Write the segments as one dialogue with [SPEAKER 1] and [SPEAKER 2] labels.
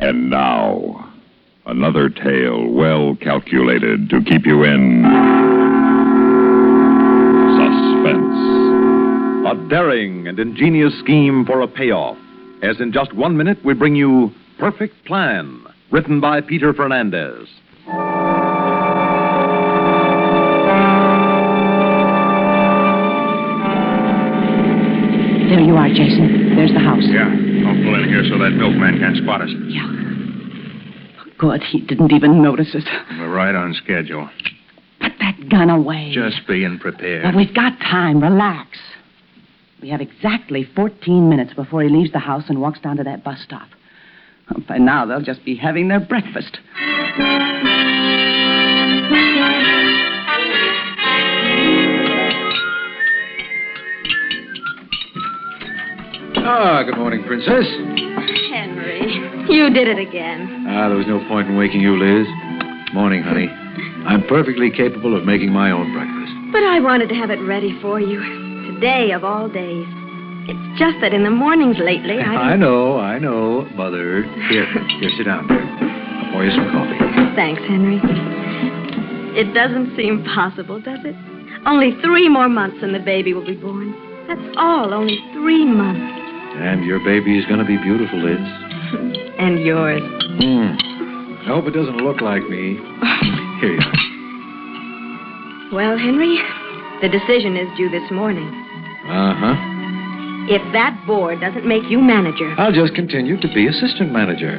[SPEAKER 1] And now, another tale well calculated to keep you in suspense.
[SPEAKER 2] A daring and ingenious scheme for a payoff. As in just one minute, we bring you Perfect Plan, written by Peter Fernandez.
[SPEAKER 3] There you are, Jason. There's the house.
[SPEAKER 4] Yeah, I'll pull in here so that milkman can't spot us.
[SPEAKER 3] Yeah. Good, he didn't even notice us.
[SPEAKER 4] We're right on schedule.
[SPEAKER 3] Put that gun away.
[SPEAKER 4] Just being prepared.
[SPEAKER 3] Well, we've got time. Relax. We have exactly 14 minutes before he leaves the house and walks down to that bus stop. By now, they'll just be having their breakfast.
[SPEAKER 5] Ah, good morning, Princess.
[SPEAKER 6] Henry, you did it again.
[SPEAKER 5] Ah, there was no point in waking you, Liz. Morning, honey. I'm perfectly capable of making my own breakfast.
[SPEAKER 6] But I wanted to have it ready for you. Today of all days. It's just that in the mornings lately, I.
[SPEAKER 5] I know, I know, Mother. Here, here, sit down. I'll pour you some coffee.
[SPEAKER 6] Thanks, Henry. It doesn't seem possible, does it? Only three more months and the baby will be born. That's all, only three months.
[SPEAKER 5] And your baby is going to be beautiful, Liz. Hmm.
[SPEAKER 6] And yours.
[SPEAKER 5] I hope it doesn't look like me. Here you are.
[SPEAKER 6] Well, Henry, the decision is due this morning.
[SPEAKER 5] Uh
[SPEAKER 6] If that board doesn't make you manager,
[SPEAKER 5] huh. I'll just continue to be assistant manager.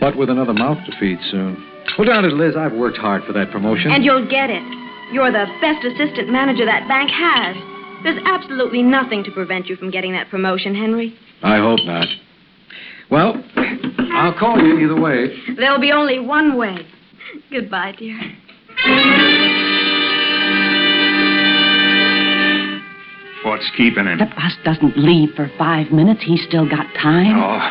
[SPEAKER 5] But with another mouth to feed soon. Well, darn it, Liz, I've worked hard for that promotion.
[SPEAKER 6] and you'll get it. You're the best assistant manager that bank has. There's absolutely nothing to prevent you from getting that promotion, Henry.
[SPEAKER 5] I hope not. Well, I'll call you either way.
[SPEAKER 6] There'll be only one way. Goodbye, dear.
[SPEAKER 4] What's keeping him?
[SPEAKER 3] The bus doesn't leave for five minutes. He's still got time.
[SPEAKER 4] Oh,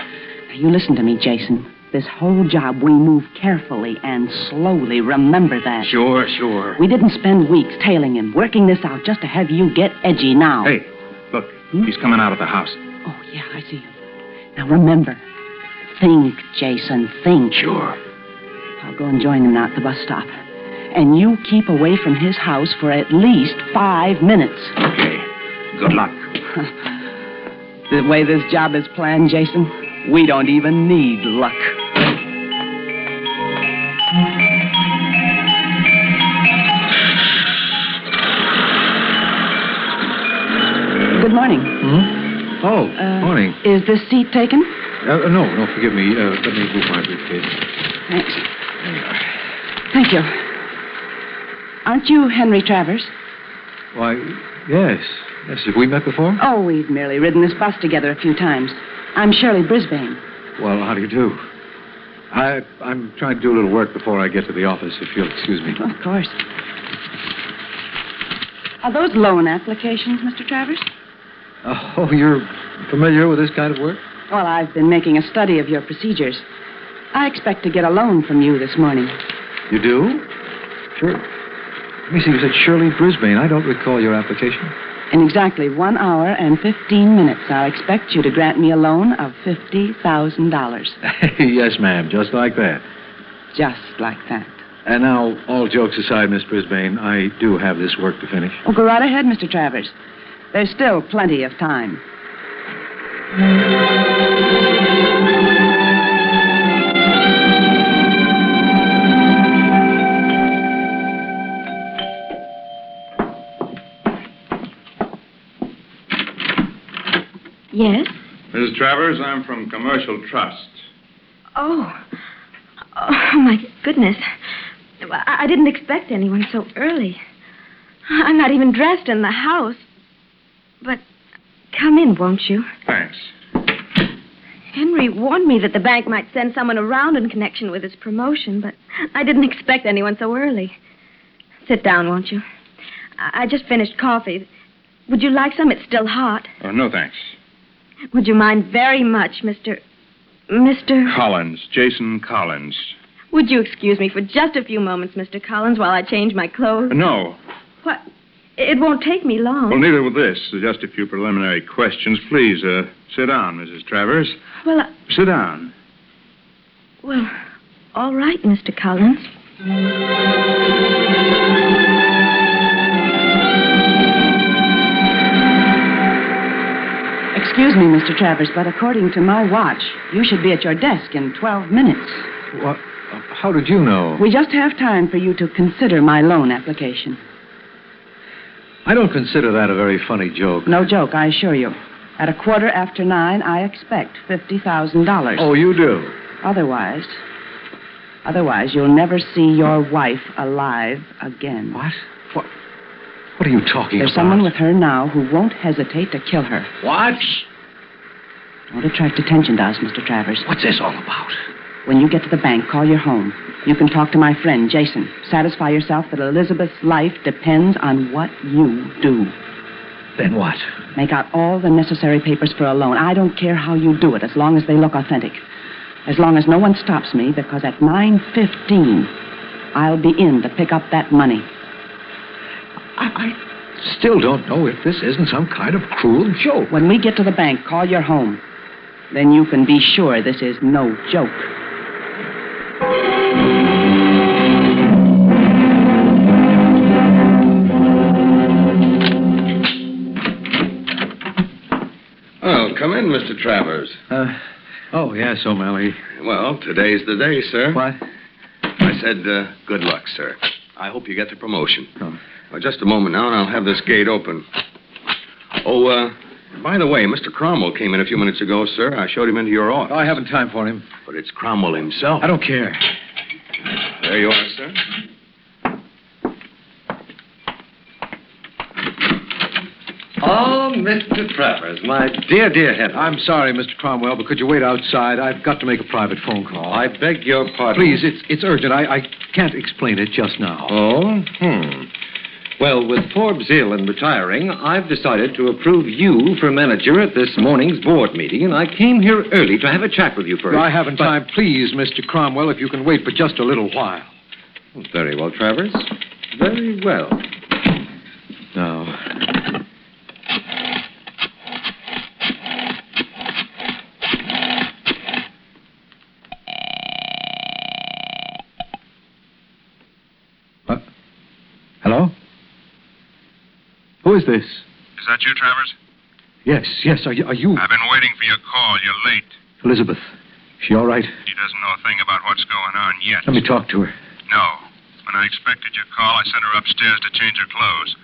[SPEAKER 3] Now, You listen to me, Jason. This whole job, we move carefully and slowly. Remember that.
[SPEAKER 4] sure, sure.
[SPEAKER 3] We didn't spend weeks tailing him, working this out just to have you get edgy now.
[SPEAKER 4] Hey, look, he's coming out of the house.
[SPEAKER 3] Oh, yeah, I see him. Now remember, think, Jason, think.
[SPEAKER 4] Sure.
[SPEAKER 3] I'll go and join him now at the bus stop. And you keep away from his house for at least five minutes.
[SPEAKER 4] Okay. Good luck.
[SPEAKER 3] The way this job is planned, Jason, we don't even need luck. Good morning.
[SPEAKER 5] Hmm? Oh,
[SPEAKER 3] Uh,
[SPEAKER 5] morning.
[SPEAKER 3] Is this seat taken?
[SPEAKER 5] Uh, no, no, forgive me. Uh, let me move my briefcase.
[SPEAKER 3] Thanks. Thank you. Aren't you Henry Travers?
[SPEAKER 5] Why, yes. Yes, have we met before?
[SPEAKER 3] Oh, we've merely ridden this bus together a few times. I'm Shirley Brisbane.
[SPEAKER 5] Well, how do you do? I, I'm trying to do a little work before I get to the office, if you'll excuse me.
[SPEAKER 3] Oh, Of course. Are those loan applications, Mr. Travers?
[SPEAKER 5] Oh, you're familiar with this kind of work?
[SPEAKER 3] Well, I've been making a study of your procedures. I expect to get a loan from you this morning.
[SPEAKER 5] You do? Sure. Let me see, you said Shirley Brisbane. I don't recall your application.
[SPEAKER 3] In exactly one hour and 15 minutes, I'll expect you to grant me a loan of $50,000.
[SPEAKER 5] yes, ma'am, just like that.
[SPEAKER 3] Just like that.
[SPEAKER 5] And now, all jokes aside, Miss Brisbane, I do have this work to finish.
[SPEAKER 3] Oh, go right ahead, Mr. Travers. There's still plenty of time.
[SPEAKER 6] Yes?
[SPEAKER 4] Miss Travers, I'm from Commercial Trust.
[SPEAKER 6] Oh. Oh, my goodness. Well, I I didn't expect anyone so early. I- I'm not even dressed in the house. But come in, won't you?
[SPEAKER 4] Thanks.
[SPEAKER 6] Henry warned me that the bank might send someone around in connection with his promotion, but I didn't expect anyone so early. Sit down, won't you? I, I just finished coffee. Would you like some? It's still hot.
[SPEAKER 4] Oh, no thanks.
[SPEAKER 6] Would you mind very much, Mr. Mr.
[SPEAKER 4] Collins, Jason Collins.
[SPEAKER 6] Would you excuse me for just a few moments, Mr. Collins, while I change my clothes?
[SPEAKER 4] Uh, No.
[SPEAKER 6] What? It won't take me long.
[SPEAKER 4] Well, neither will this. Just a few preliminary questions. Please, uh, sit down, Mrs. Travers.
[SPEAKER 6] Well, I-
[SPEAKER 4] Sit down.
[SPEAKER 6] Well, all right, Mr. Collins.
[SPEAKER 3] Excuse me, Mr. Travers, but according to my watch, you should be at your desk in 12 minutes.
[SPEAKER 5] What? How did you know?
[SPEAKER 3] We just have time for you to consider my loan application.
[SPEAKER 5] I don't consider that a very funny joke.
[SPEAKER 3] No joke, I assure you. At a quarter after nine, I expect $50,000.
[SPEAKER 5] Oh, you do?
[SPEAKER 3] Otherwise, otherwise you'll never see your wife alive again.
[SPEAKER 5] What? What? What are you talking
[SPEAKER 3] There's
[SPEAKER 5] about?
[SPEAKER 3] someone with her now who won't hesitate to kill her.
[SPEAKER 5] What?
[SPEAKER 3] Don't attract attention to us, Mr. Travers.
[SPEAKER 5] What's this all about?
[SPEAKER 3] When you get to the bank, call your home. You can talk to my friend, Jason. Satisfy yourself that Elizabeth's life depends on what you do.
[SPEAKER 5] Then what?
[SPEAKER 3] Make out all the necessary papers for a loan. I don't care how you do it, as long as they look authentic. As long as no one stops me, because at 9.15, I'll be in to pick up that money.
[SPEAKER 5] I, I still don't know if this isn't some kind of cruel joke.
[SPEAKER 3] When we get to the bank, call your home. Then you can be sure this is no joke.
[SPEAKER 7] Oh, come in, Mr. Travers.
[SPEAKER 5] Uh, oh, yes, O'Malley.
[SPEAKER 7] Well, today's the day, sir.
[SPEAKER 5] What?
[SPEAKER 7] I said, uh, good luck, sir. I hope you get the promotion.
[SPEAKER 5] Oh.
[SPEAKER 7] Well, just a moment now, and I'll have this gate open. Oh, uh, by the way, Mr. Cromwell came in a few minutes ago, sir. I showed him into your office.
[SPEAKER 5] Oh, I haven't time for him.
[SPEAKER 7] But it's Cromwell himself.
[SPEAKER 5] I don't care.
[SPEAKER 7] There you are, sir.
[SPEAKER 5] Oh, Mr. Travers, my dear, dear Henry. I'm sorry, Mr. Cromwell, but could you wait outside? I've got to make a private phone call.
[SPEAKER 7] I beg your pardon.
[SPEAKER 5] Please, it's, it's urgent. I, I can't explain it just now.
[SPEAKER 8] Oh, hmm. Well, with Forbes ill and retiring, I've decided to approve you for manager at this morning's board meeting, and I came here early to have a chat with you first.
[SPEAKER 5] I haven't time. Please, Mr. Cromwell, if you can wait for just a little while.
[SPEAKER 8] Very well, Travers. Very well.
[SPEAKER 5] No. What? Hello? Who is this?
[SPEAKER 4] Is that you, Travers?
[SPEAKER 5] Yes, yes, are you, are you
[SPEAKER 4] I've been waiting for your call. You're late.
[SPEAKER 5] Elizabeth? Is she all right?
[SPEAKER 4] She doesn't know a thing about what's going on yet.
[SPEAKER 5] Let me talk to her.
[SPEAKER 4] No. When I expected your call, I sent her upstairs to change her clothes.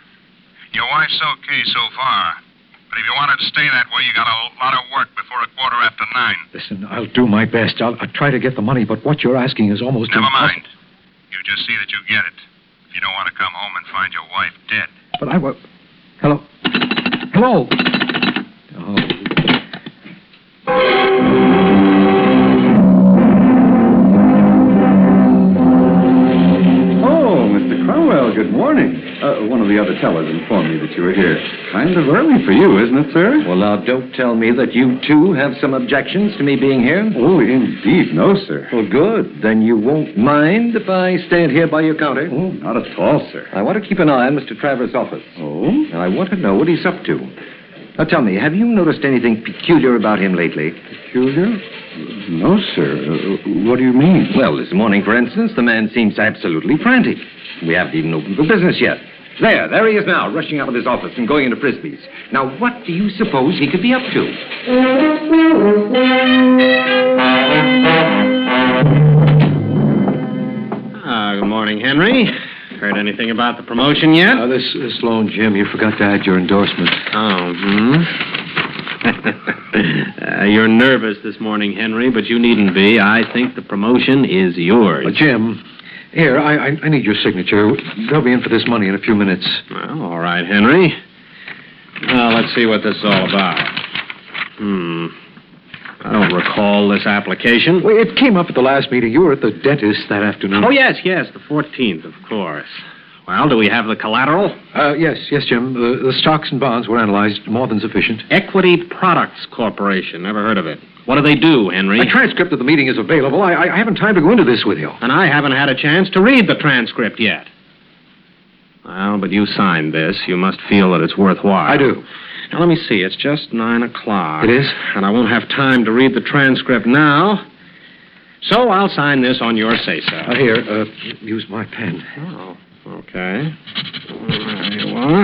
[SPEAKER 4] Your wife's okay so far. But if you want her to stay that way, you got a lot of work before a quarter after nine.
[SPEAKER 5] Listen, I'll do my best. I'll, I'll try to get the money, but what you're asking is almost
[SPEAKER 4] Never
[SPEAKER 5] impossible.
[SPEAKER 4] mind. You just see that you get it. If you don't want to come home and find your wife dead.
[SPEAKER 5] But I was. Hello. Hello. Oh.
[SPEAKER 8] Oh, Mr. Cromwell, good morning. Uh, one of the other tellers informed me that you were here. Kind of early for you, isn't it, sir? Well, now, don't tell me that you, too, have some objections to me being here. Oh, indeed, no, sir. Well, good. Then you won't mind if I stand here by your counter? Oh, not at all, sir. I want to keep an eye on Mr. Travers' office. Oh? And I want to know what he's up to. Now, tell me, have you noticed anything peculiar about him lately? Peculiar? No, sir. what do you mean? Well, this morning, for instance, the man seems absolutely frantic. We haven't even opened for business yet. There, there he is now, rushing out of his office and going into Frisbee's. Now, what do you suppose he could be up to?
[SPEAKER 9] Ah, good morning, Henry. Heard anything about the promotion yet?
[SPEAKER 5] Uh, this, this loan, Jim, you forgot to add your endorsement.
[SPEAKER 9] oh, hmm. Mm-hmm. uh, you're nervous this morning, Henry, but you needn't be. I think the promotion is yours.
[SPEAKER 5] Uh, Jim, here, I, I, I need your signature. They'll be in for this money in a few minutes.
[SPEAKER 9] Well, all right, Henry. Now, let's see what this is all about. Hmm. I don't recall this application.
[SPEAKER 5] Well, it came up at the last meeting. You were at the dentist that afternoon.
[SPEAKER 9] Oh, yes, yes, the 14th, of course. Well, do we have the collateral?
[SPEAKER 5] Uh, yes, yes, Jim. The, the stocks and bonds were analyzed more than sufficient.
[SPEAKER 9] Equity Products Corporation. Never heard of it. What do they do, Henry?
[SPEAKER 5] A transcript of the meeting is available. I, I, I haven't time to go into this with you.
[SPEAKER 9] And I haven't had a chance to read the transcript yet. Well, but you signed this. You must feel that it's worthwhile.
[SPEAKER 5] I do.
[SPEAKER 9] Now, let me see. It's just nine o'clock.
[SPEAKER 5] It is?
[SPEAKER 9] And I won't have time to read the transcript now. So I'll sign this on your say so.
[SPEAKER 5] Uh, here, uh, use my pen.
[SPEAKER 9] Oh, okay. There you are.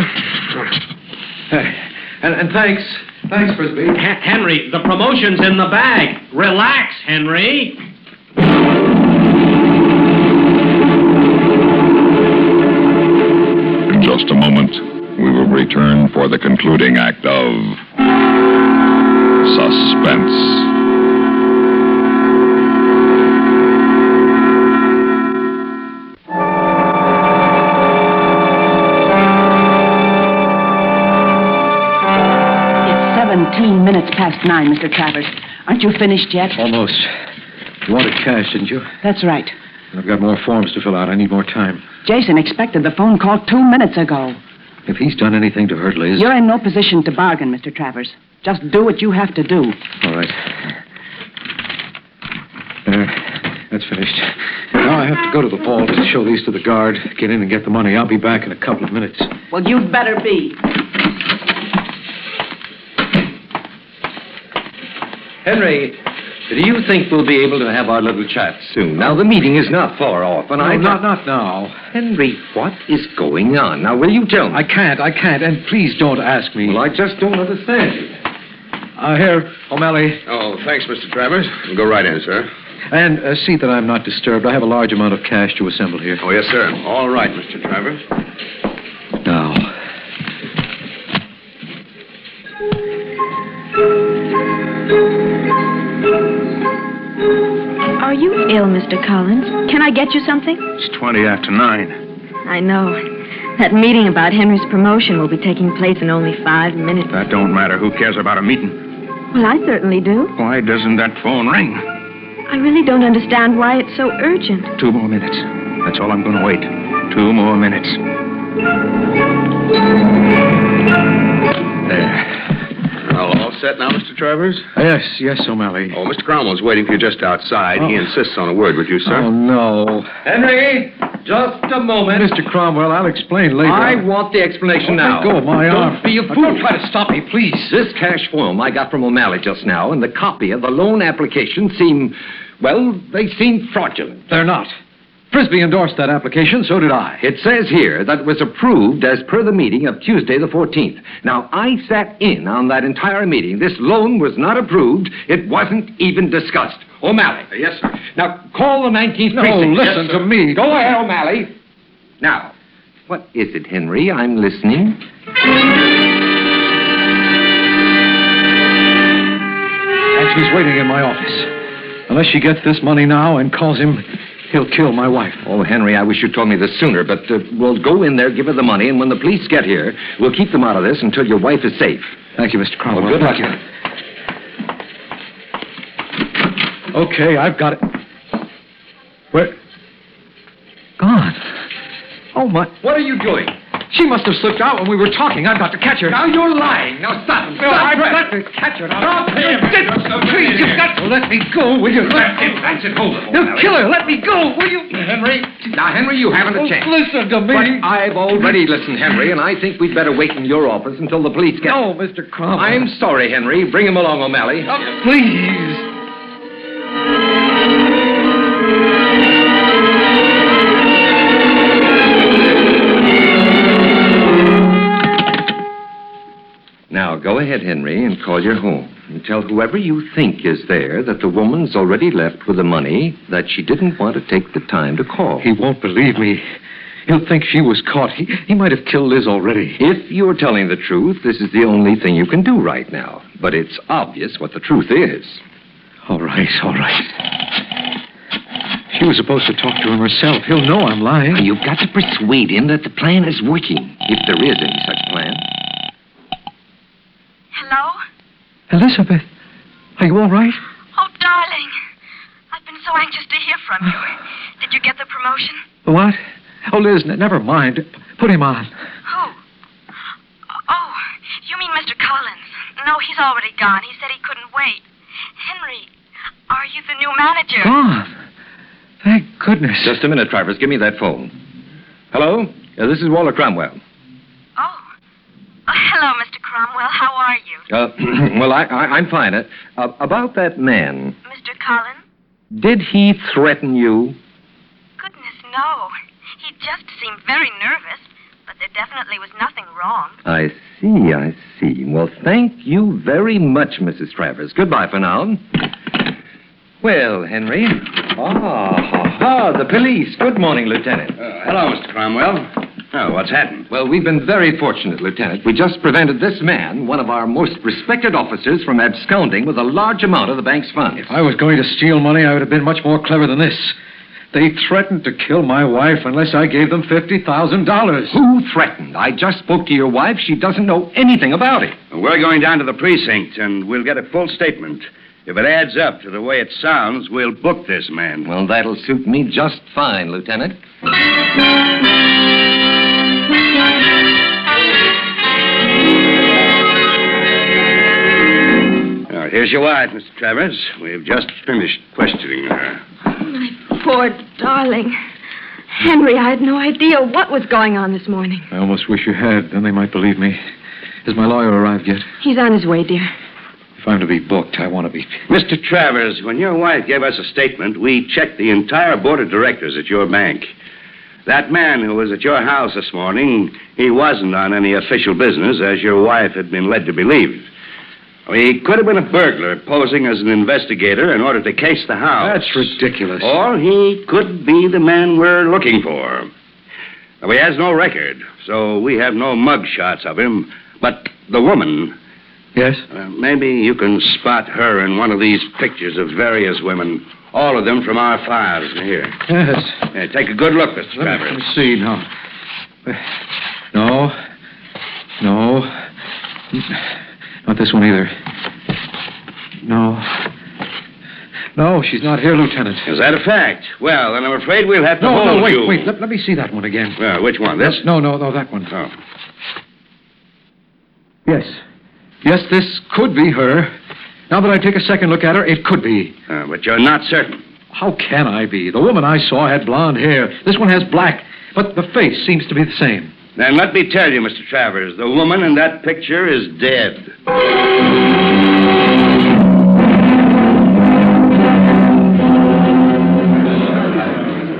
[SPEAKER 5] And, and thanks. Thanks, Frisbee.
[SPEAKER 9] Hen- Henry, the promotion's in the bag. Relax, Henry.
[SPEAKER 1] In just a moment, we will return for the concluding act of Suspense.
[SPEAKER 3] It's 17 minutes past nine, Mr. Travers. Aren't you finished yet?
[SPEAKER 5] Almost. You wanted cash, didn't you?
[SPEAKER 3] That's right.
[SPEAKER 5] I've got more forms to fill out. I need more time.
[SPEAKER 3] Jason expected the phone call two minutes ago.
[SPEAKER 5] If he's done anything to hurt Liz.
[SPEAKER 3] You're in no position to bargain, Mr. Travers. Just do what you have to do.
[SPEAKER 5] All right. There. Uh, That's finished. Now I have to go to the vault and show these to the guard. Get in and get the money. I'll be back in a couple of minutes.
[SPEAKER 3] Well, you'd better be.
[SPEAKER 8] Henry, do you think we'll be able to have our little chat soon? Now, the meeting is not far off, and
[SPEAKER 5] No,
[SPEAKER 8] I.
[SPEAKER 5] not, not now.
[SPEAKER 8] Henry, what is going on? Now, will you tell me?
[SPEAKER 5] I can't. I can't. And please don't ask me.
[SPEAKER 8] Well, I just don't understand you.
[SPEAKER 5] Uh, here, O'Malley,
[SPEAKER 7] Oh, thanks, Mr. Travers. Go right in, sir.
[SPEAKER 5] and uh, see that I'm not disturbed. I have a large amount of cash to assemble here.
[SPEAKER 7] Oh, yes, sir. All right, Mr. Travers.
[SPEAKER 5] Now.
[SPEAKER 6] Are you ill, Mr. Collins? Can I get you something?
[SPEAKER 4] It's 20 after 9.
[SPEAKER 6] I know. That meeting about Henry's promotion will be taking place in only five minutes.
[SPEAKER 4] That don't matter. Who cares about a meeting?
[SPEAKER 6] Well, I certainly do.
[SPEAKER 4] Why doesn't that phone ring?
[SPEAKER 6] I really don't understand why it's so urgent.
[SPEAKER 4] Two more minutes. That's all I'm going to wait. Two more minutes.
[SPEAKER 7] Well, all set now, Mr. Travers?
[SPEAKER 5] Yes, yes, O'Malley.
[SPEAKER 7] Oh, Mr. Cromwell's waiting for you just outside. He
[SPEAKER 5] Oh.
[SPEAKER 7] insists on a word with you,
[SPEAKER 5] Oh,
[SPEAKER 7] sir.
[SPEAKER 5] no.
[SPEAKER 8] Henry, just a moment.
[SPEAKER 5] Mr. Cromwell, I'll explain later.
[SPEAKER 8] I want the explanation
[SPEAKER 5] Oh, let
[SPEAKER 8] now.
[SPEAKER 5] go of my
[SPEAKER 8] Don't
[SPEAKER 5] arm.
[SPEAKER 8] be a fool. Don't try to stop me, please. This cash form I got from O'Malley just now and the copy of the loan application seem, well, they seem fraudulent.
[SPEAKER 5] They're not. Frisbee endorsed that application, so did I.
[SPEAKER 8] It says here that it was approved as per the meeting of Tuesday the 14th. Now, I sat in on that entire meeting. This loan was not approved. It wasn't even discussed. O'Malley.
[SPEAKER 7] yes, sir.
[SPEAKER 8] Now, call the 19th
[SPEAKER 5] No,
[SPEAKER 8] precinct.
[SPEAKER 5] listen
[SPEAKER 8] Uh, Yes, sir.
[SPEAKER 5] to me.
[SPEAKER 8] Go ahead, O'Malley. Now, what is it, Henry? I'm listening.
[SPEAKER 5] And she's waiting in my office. Unless she gets this money now and calls him, he'll kill my wife.
[SPEAKER 8] Oh, Henry, I wish you'd told me this sooner, but uh, we'll go in there, give her the money, and when the police get here, we'll keep them out of this until your wife is safe.
[SPEAKER 5] Thank you, Mr. Cromwell.
[SPEAKER 8] Well, good luck.
[SPEAKER 5] Thank you. Okay, I've got it. Where? Gone. Oh, my.
[SPEAKER 8] What are you doing?
[SPEAKER 5] She must have slipped out when we were talking. I've got to catch her.
[SPEAKER 8] Now you're lying. Now stop. Stop.
[SPEAKER 5] I've
[SPEAKER 8] Brett.
[SPEAKER 5] got to catch her. Stop
[SPEAKER 8] him.
[SPEAKER 5] Please, you've got to let me go, will you?
[SPEAKER 8] That's it. Hold it.
[SPEAKER 5] No, kill her. Let me go, will you?
[SPEAKER 8] Henry. Now, Henry, you haven't a
[SPEAKER 5] Oh,
[SPEAKER 8] chance.
[SPEAKER 5] listen to me.
[SPEAKER 8] But I've already listened, Henry, and I think we'd better wait in your office until the police get.
[SPEAKER 5] No, Mr. Cromwell.
[SPEAKER 8] I'm sorry, Henry. Bring him along, O'Malley.
[SPEAKER 5] Oh, please.
[SPEAKER 8] Now, go ahead, Henry, and call your home. And tell whoever you think is there that the woman's already left with the money that she didn't want to take the time to call.
[SPEAKER 5] He won't believe me. He'll think she was caught. He, he might have killed Liz already.
[SPEAKER 8] If you're telling the truth, this is the only thing you can do right now. But it's obvious what the truth is.
[SPEAKER 5] All right, all right. She was supposed to talk to him herself. He'll know I'm lying.
[SPEAKER 8] Now, You've got to persuade him that the plan is working, if there is any such plan.
[SPEAKER 10] Hello?
[SPEAKER 5] Elizabeth, are you all right?
[SPEAKER 10] Oh, darling. I've been so anxious to hear from you. Did you get the promotion?
[SPEAKER 5] What? Oh, Liz, n- never mind. Put him on.
[SPEAKER 10] Who? Oh, you mean Mr. Collins. No, he's already gone. He said he couldn't wait. Henry, are you the new manager?
[SPEAKER 5] Gone. Thank goodness.
[SPEAKER 8] Just a minute, Travers. Give me that phone. Hello? Uh, this is Walter Cromwell.
[SPEAKER 10] Oh. oh. Hello, Mr. Cromwell. How are you?
[SPEAKER 8] Uh, well, I, I, I'm fine. Uh, uh, about that man.
[SPEAKER 10] Mr. Collins?
[SPEAKER 11] Did he threaten you?
[SPEAKER 12] Goodness, no. He just seemed very nervous, but there definitely was nothing wrong.
[SPEAKER 11] I see, I see. Well, thank you very much, Mrs. Travers. Goodbye for now. Well, Henry. Ah, ha, ha, the police. Good morning, Lieutenant.
[SPEAKER 5] Uh,
[SPEAKER 13] hello, Mr. Cromwell. Oh, what's happened?
[SPEAKER 11] Well, we've been very fortunate, Lieutenant. We just prevented this man, one of our most respected officers, from absconding with a large amount of the bank's funds.
[SPEAKER 5] If I was going to steal money, I would have been much more clever than this. They threatened to kill my wife unless I gave them $50,000.
[SPEAKER 11] Who threatened? I just spoke to your wife. She doesn't know anything about it.
[SPEAKER 8] We're going down to the precinct, and we'll get a full statement. If it adds up to the way it sounds, we'll book this man.
[SPEAKER 11] Well, that'll suit me just fine, Lieutenant.
[SPEAKER 8] Now, here's your wife, Mr. Travers. We've just finished questioning her.
[SPEAKER 6] Poor darling. Henry, I had no idea what was going on this morning.
[SPEAKER 5] I almost wish you had. Then they might believe me. Has my lawyer arrived yet?
[SPEAKER 6] He's on his way, dear.
[SPEAKER 5] If I'm to be booked, I want to be.
[SPEAKER 8] Mr. Travers, when your wife gave us a statement, we checked the entire board of directors at your bank. That man who was at your house this morning, he wasn't on any official business, as your wife had been led to believe. He could have been a burglar posing as an investigator in order to case the house.
[SPEAKER 5] That's ridiculous.
[SPEAKER 8] Or he could be the man we're looking for. Now, He has no record, so we have no mug shots of him. But the woman.
[SPEAKER 5] Yes?
[SPEAKER 8] Uh, maybe you can spot her in one of these pictures of various women, all of them from our files here.
[SPEAKER 5] Yes.
[SPEAKER 8] Yeah, take a good look, Mr. Travers.
[SPEAKER 5] Let me see now. No. No. Not this one either. No. No, she's not here, Lieutenant.
[SPEAKER 8] Is that a fact? Well, then I'm afraid we'll have to
[SPEAKER 5] No,
[SPEAKER 8] hold
[SPEAKER 5] no, wait,
[SPEAKER 8] you.
[SPEAKER 5] wait. Let, let me see that one again.
[SPEAKER 8] Well, which one? This?
[SPEAKER 5] No, no, no, that one.
[SPEAKER 8] Oh.
[SPEAKER 5] Yes. Yes, this could be her. Now that I take a second look at her, it could be.
[SPEAKER 8] Uh, but you're not certain.
[SPEAKER 5] How can I be? The woman I saw had blonde hair. This one has black, but the face seems to be the same.
[SPEAKER 8] Then let me tell you, Mr. Travers, the woman in that picture is dead.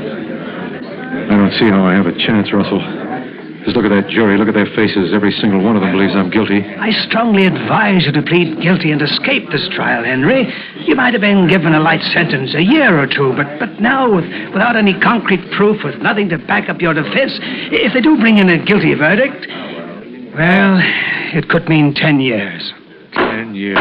[SPEAKER 5] I don't see how I have a chance, Russell. Just look at that jury. Look at their faces. Every single one of them believes I'm guilty.
[SPEAKER 14] I strongly advise you to plead guilty and escape this trial, Henry. You might have been given a light sentence, a year or two, but, but now, with, without any concrete proof, with nothing to back up your defense, if they do bring in a guilty verdict, well, it could mean ten years.
[SPEAKER 5] Ten years.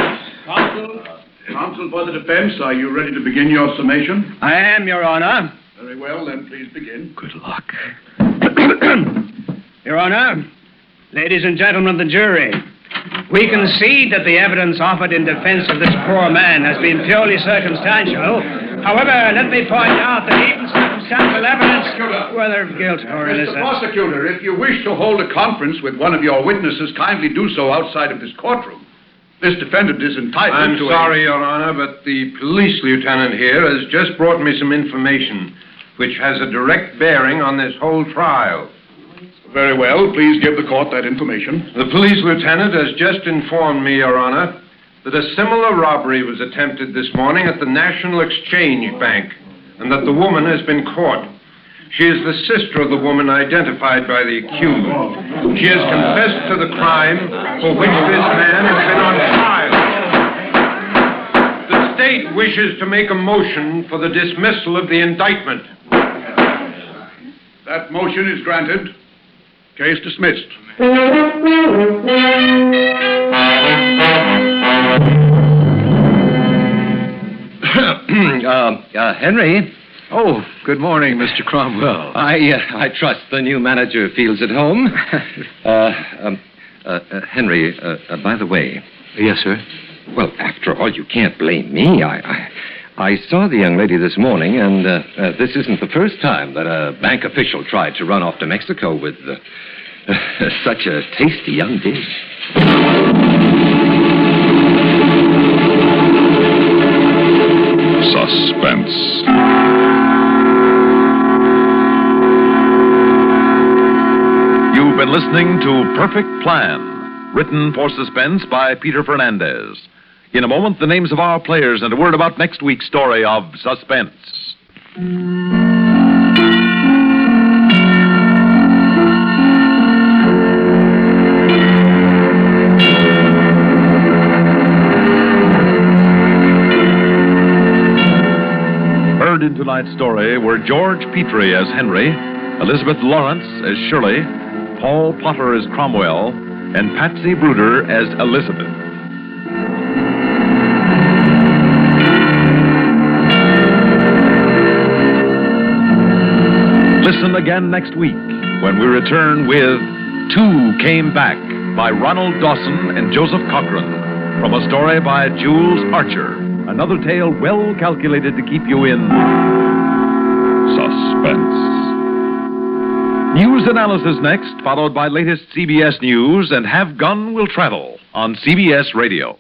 [SPEAKER 15] Counsel, counsel for the defense, are you ready to begin your summation?
[SPEAKER 14] I am, Your Honor.
[SPEAKER 15] Very well, then please begin.
[SPEAKER 14] Good luck. Your Honor, ladies and gentlemen of the jury, we concede that the evidence offered in defense of this poor man has been purely circumstantial. However, let me point out that even circumstantial evidence, whether of guilt or
[SPEAKER 15] Mr.
[SPEAKER 14] innocence.
[SPEAKER 15] Prosecutor, if you wish to hold a conference with one of your witnesses, kindly do so outside of this courtroom. This defendant is entitled
[SPEAKER 16] I'm
[SPEAKER 15] to a-
[SPEAKER 16] sorry, Your Honor, but the police lieutenant here has just brought me some information which has a direct bearing on this whole trial.
[SPEAKER 15] Very well. Please give the court that information.
[SPEAKER 16] The police lieutenant has just informed me, Your Honor, that a similar robbery was attempted this morning at the National Exchange Bank and that the woman has been caught. She is the sister of the woman identified by the accused. She has confessed to the crime for which this man has been on trial. The state wishes to make a motion for the dismissal of the indictment.
[SPEAKER 15] That motion is granted. Case dismissed.
[SPEAKER 11] uh, uh, Henry.
[SPEAKER 5] Oh, good morning, Mr. Cromwell.
[SPEAKER 11] I, uh, I trust the new manager feels at home. uh, um, uh, uh, Henry, uh, uh, by the way.
[SPEAKER 5] Yes, sir.
[SPEAKER 11] Well, after all, you can't blame me. I, I, I saw the young lady this morning, and uh, uh, this isn't the first time that a bank official tried to run off to Mexico with uh, such a tasty young dish.
[SPEAKER 1] Suspense.
[SPEAKER 17] You've been listening to Perfect Plan, written for suspense by Peter Fernandez.
[SPEAKER 8] In a moment, the names of our players and a word about next week's story of suspense. Heard in tonight's story were George Petrie as Henry, Elizabeth Lawrence as Shirley, Paul Potter as Cromwell, and Patsy Bruder as Elizabeth. Listen again next week when we return with Two Came Back by Ronald Dawson and Joseph Cochran from a story by Jules Archer. Another tale well calculated to keep you in suspense. News analysis next, followed by latest CBS news and Have Gun Will Travel on CBS Radio.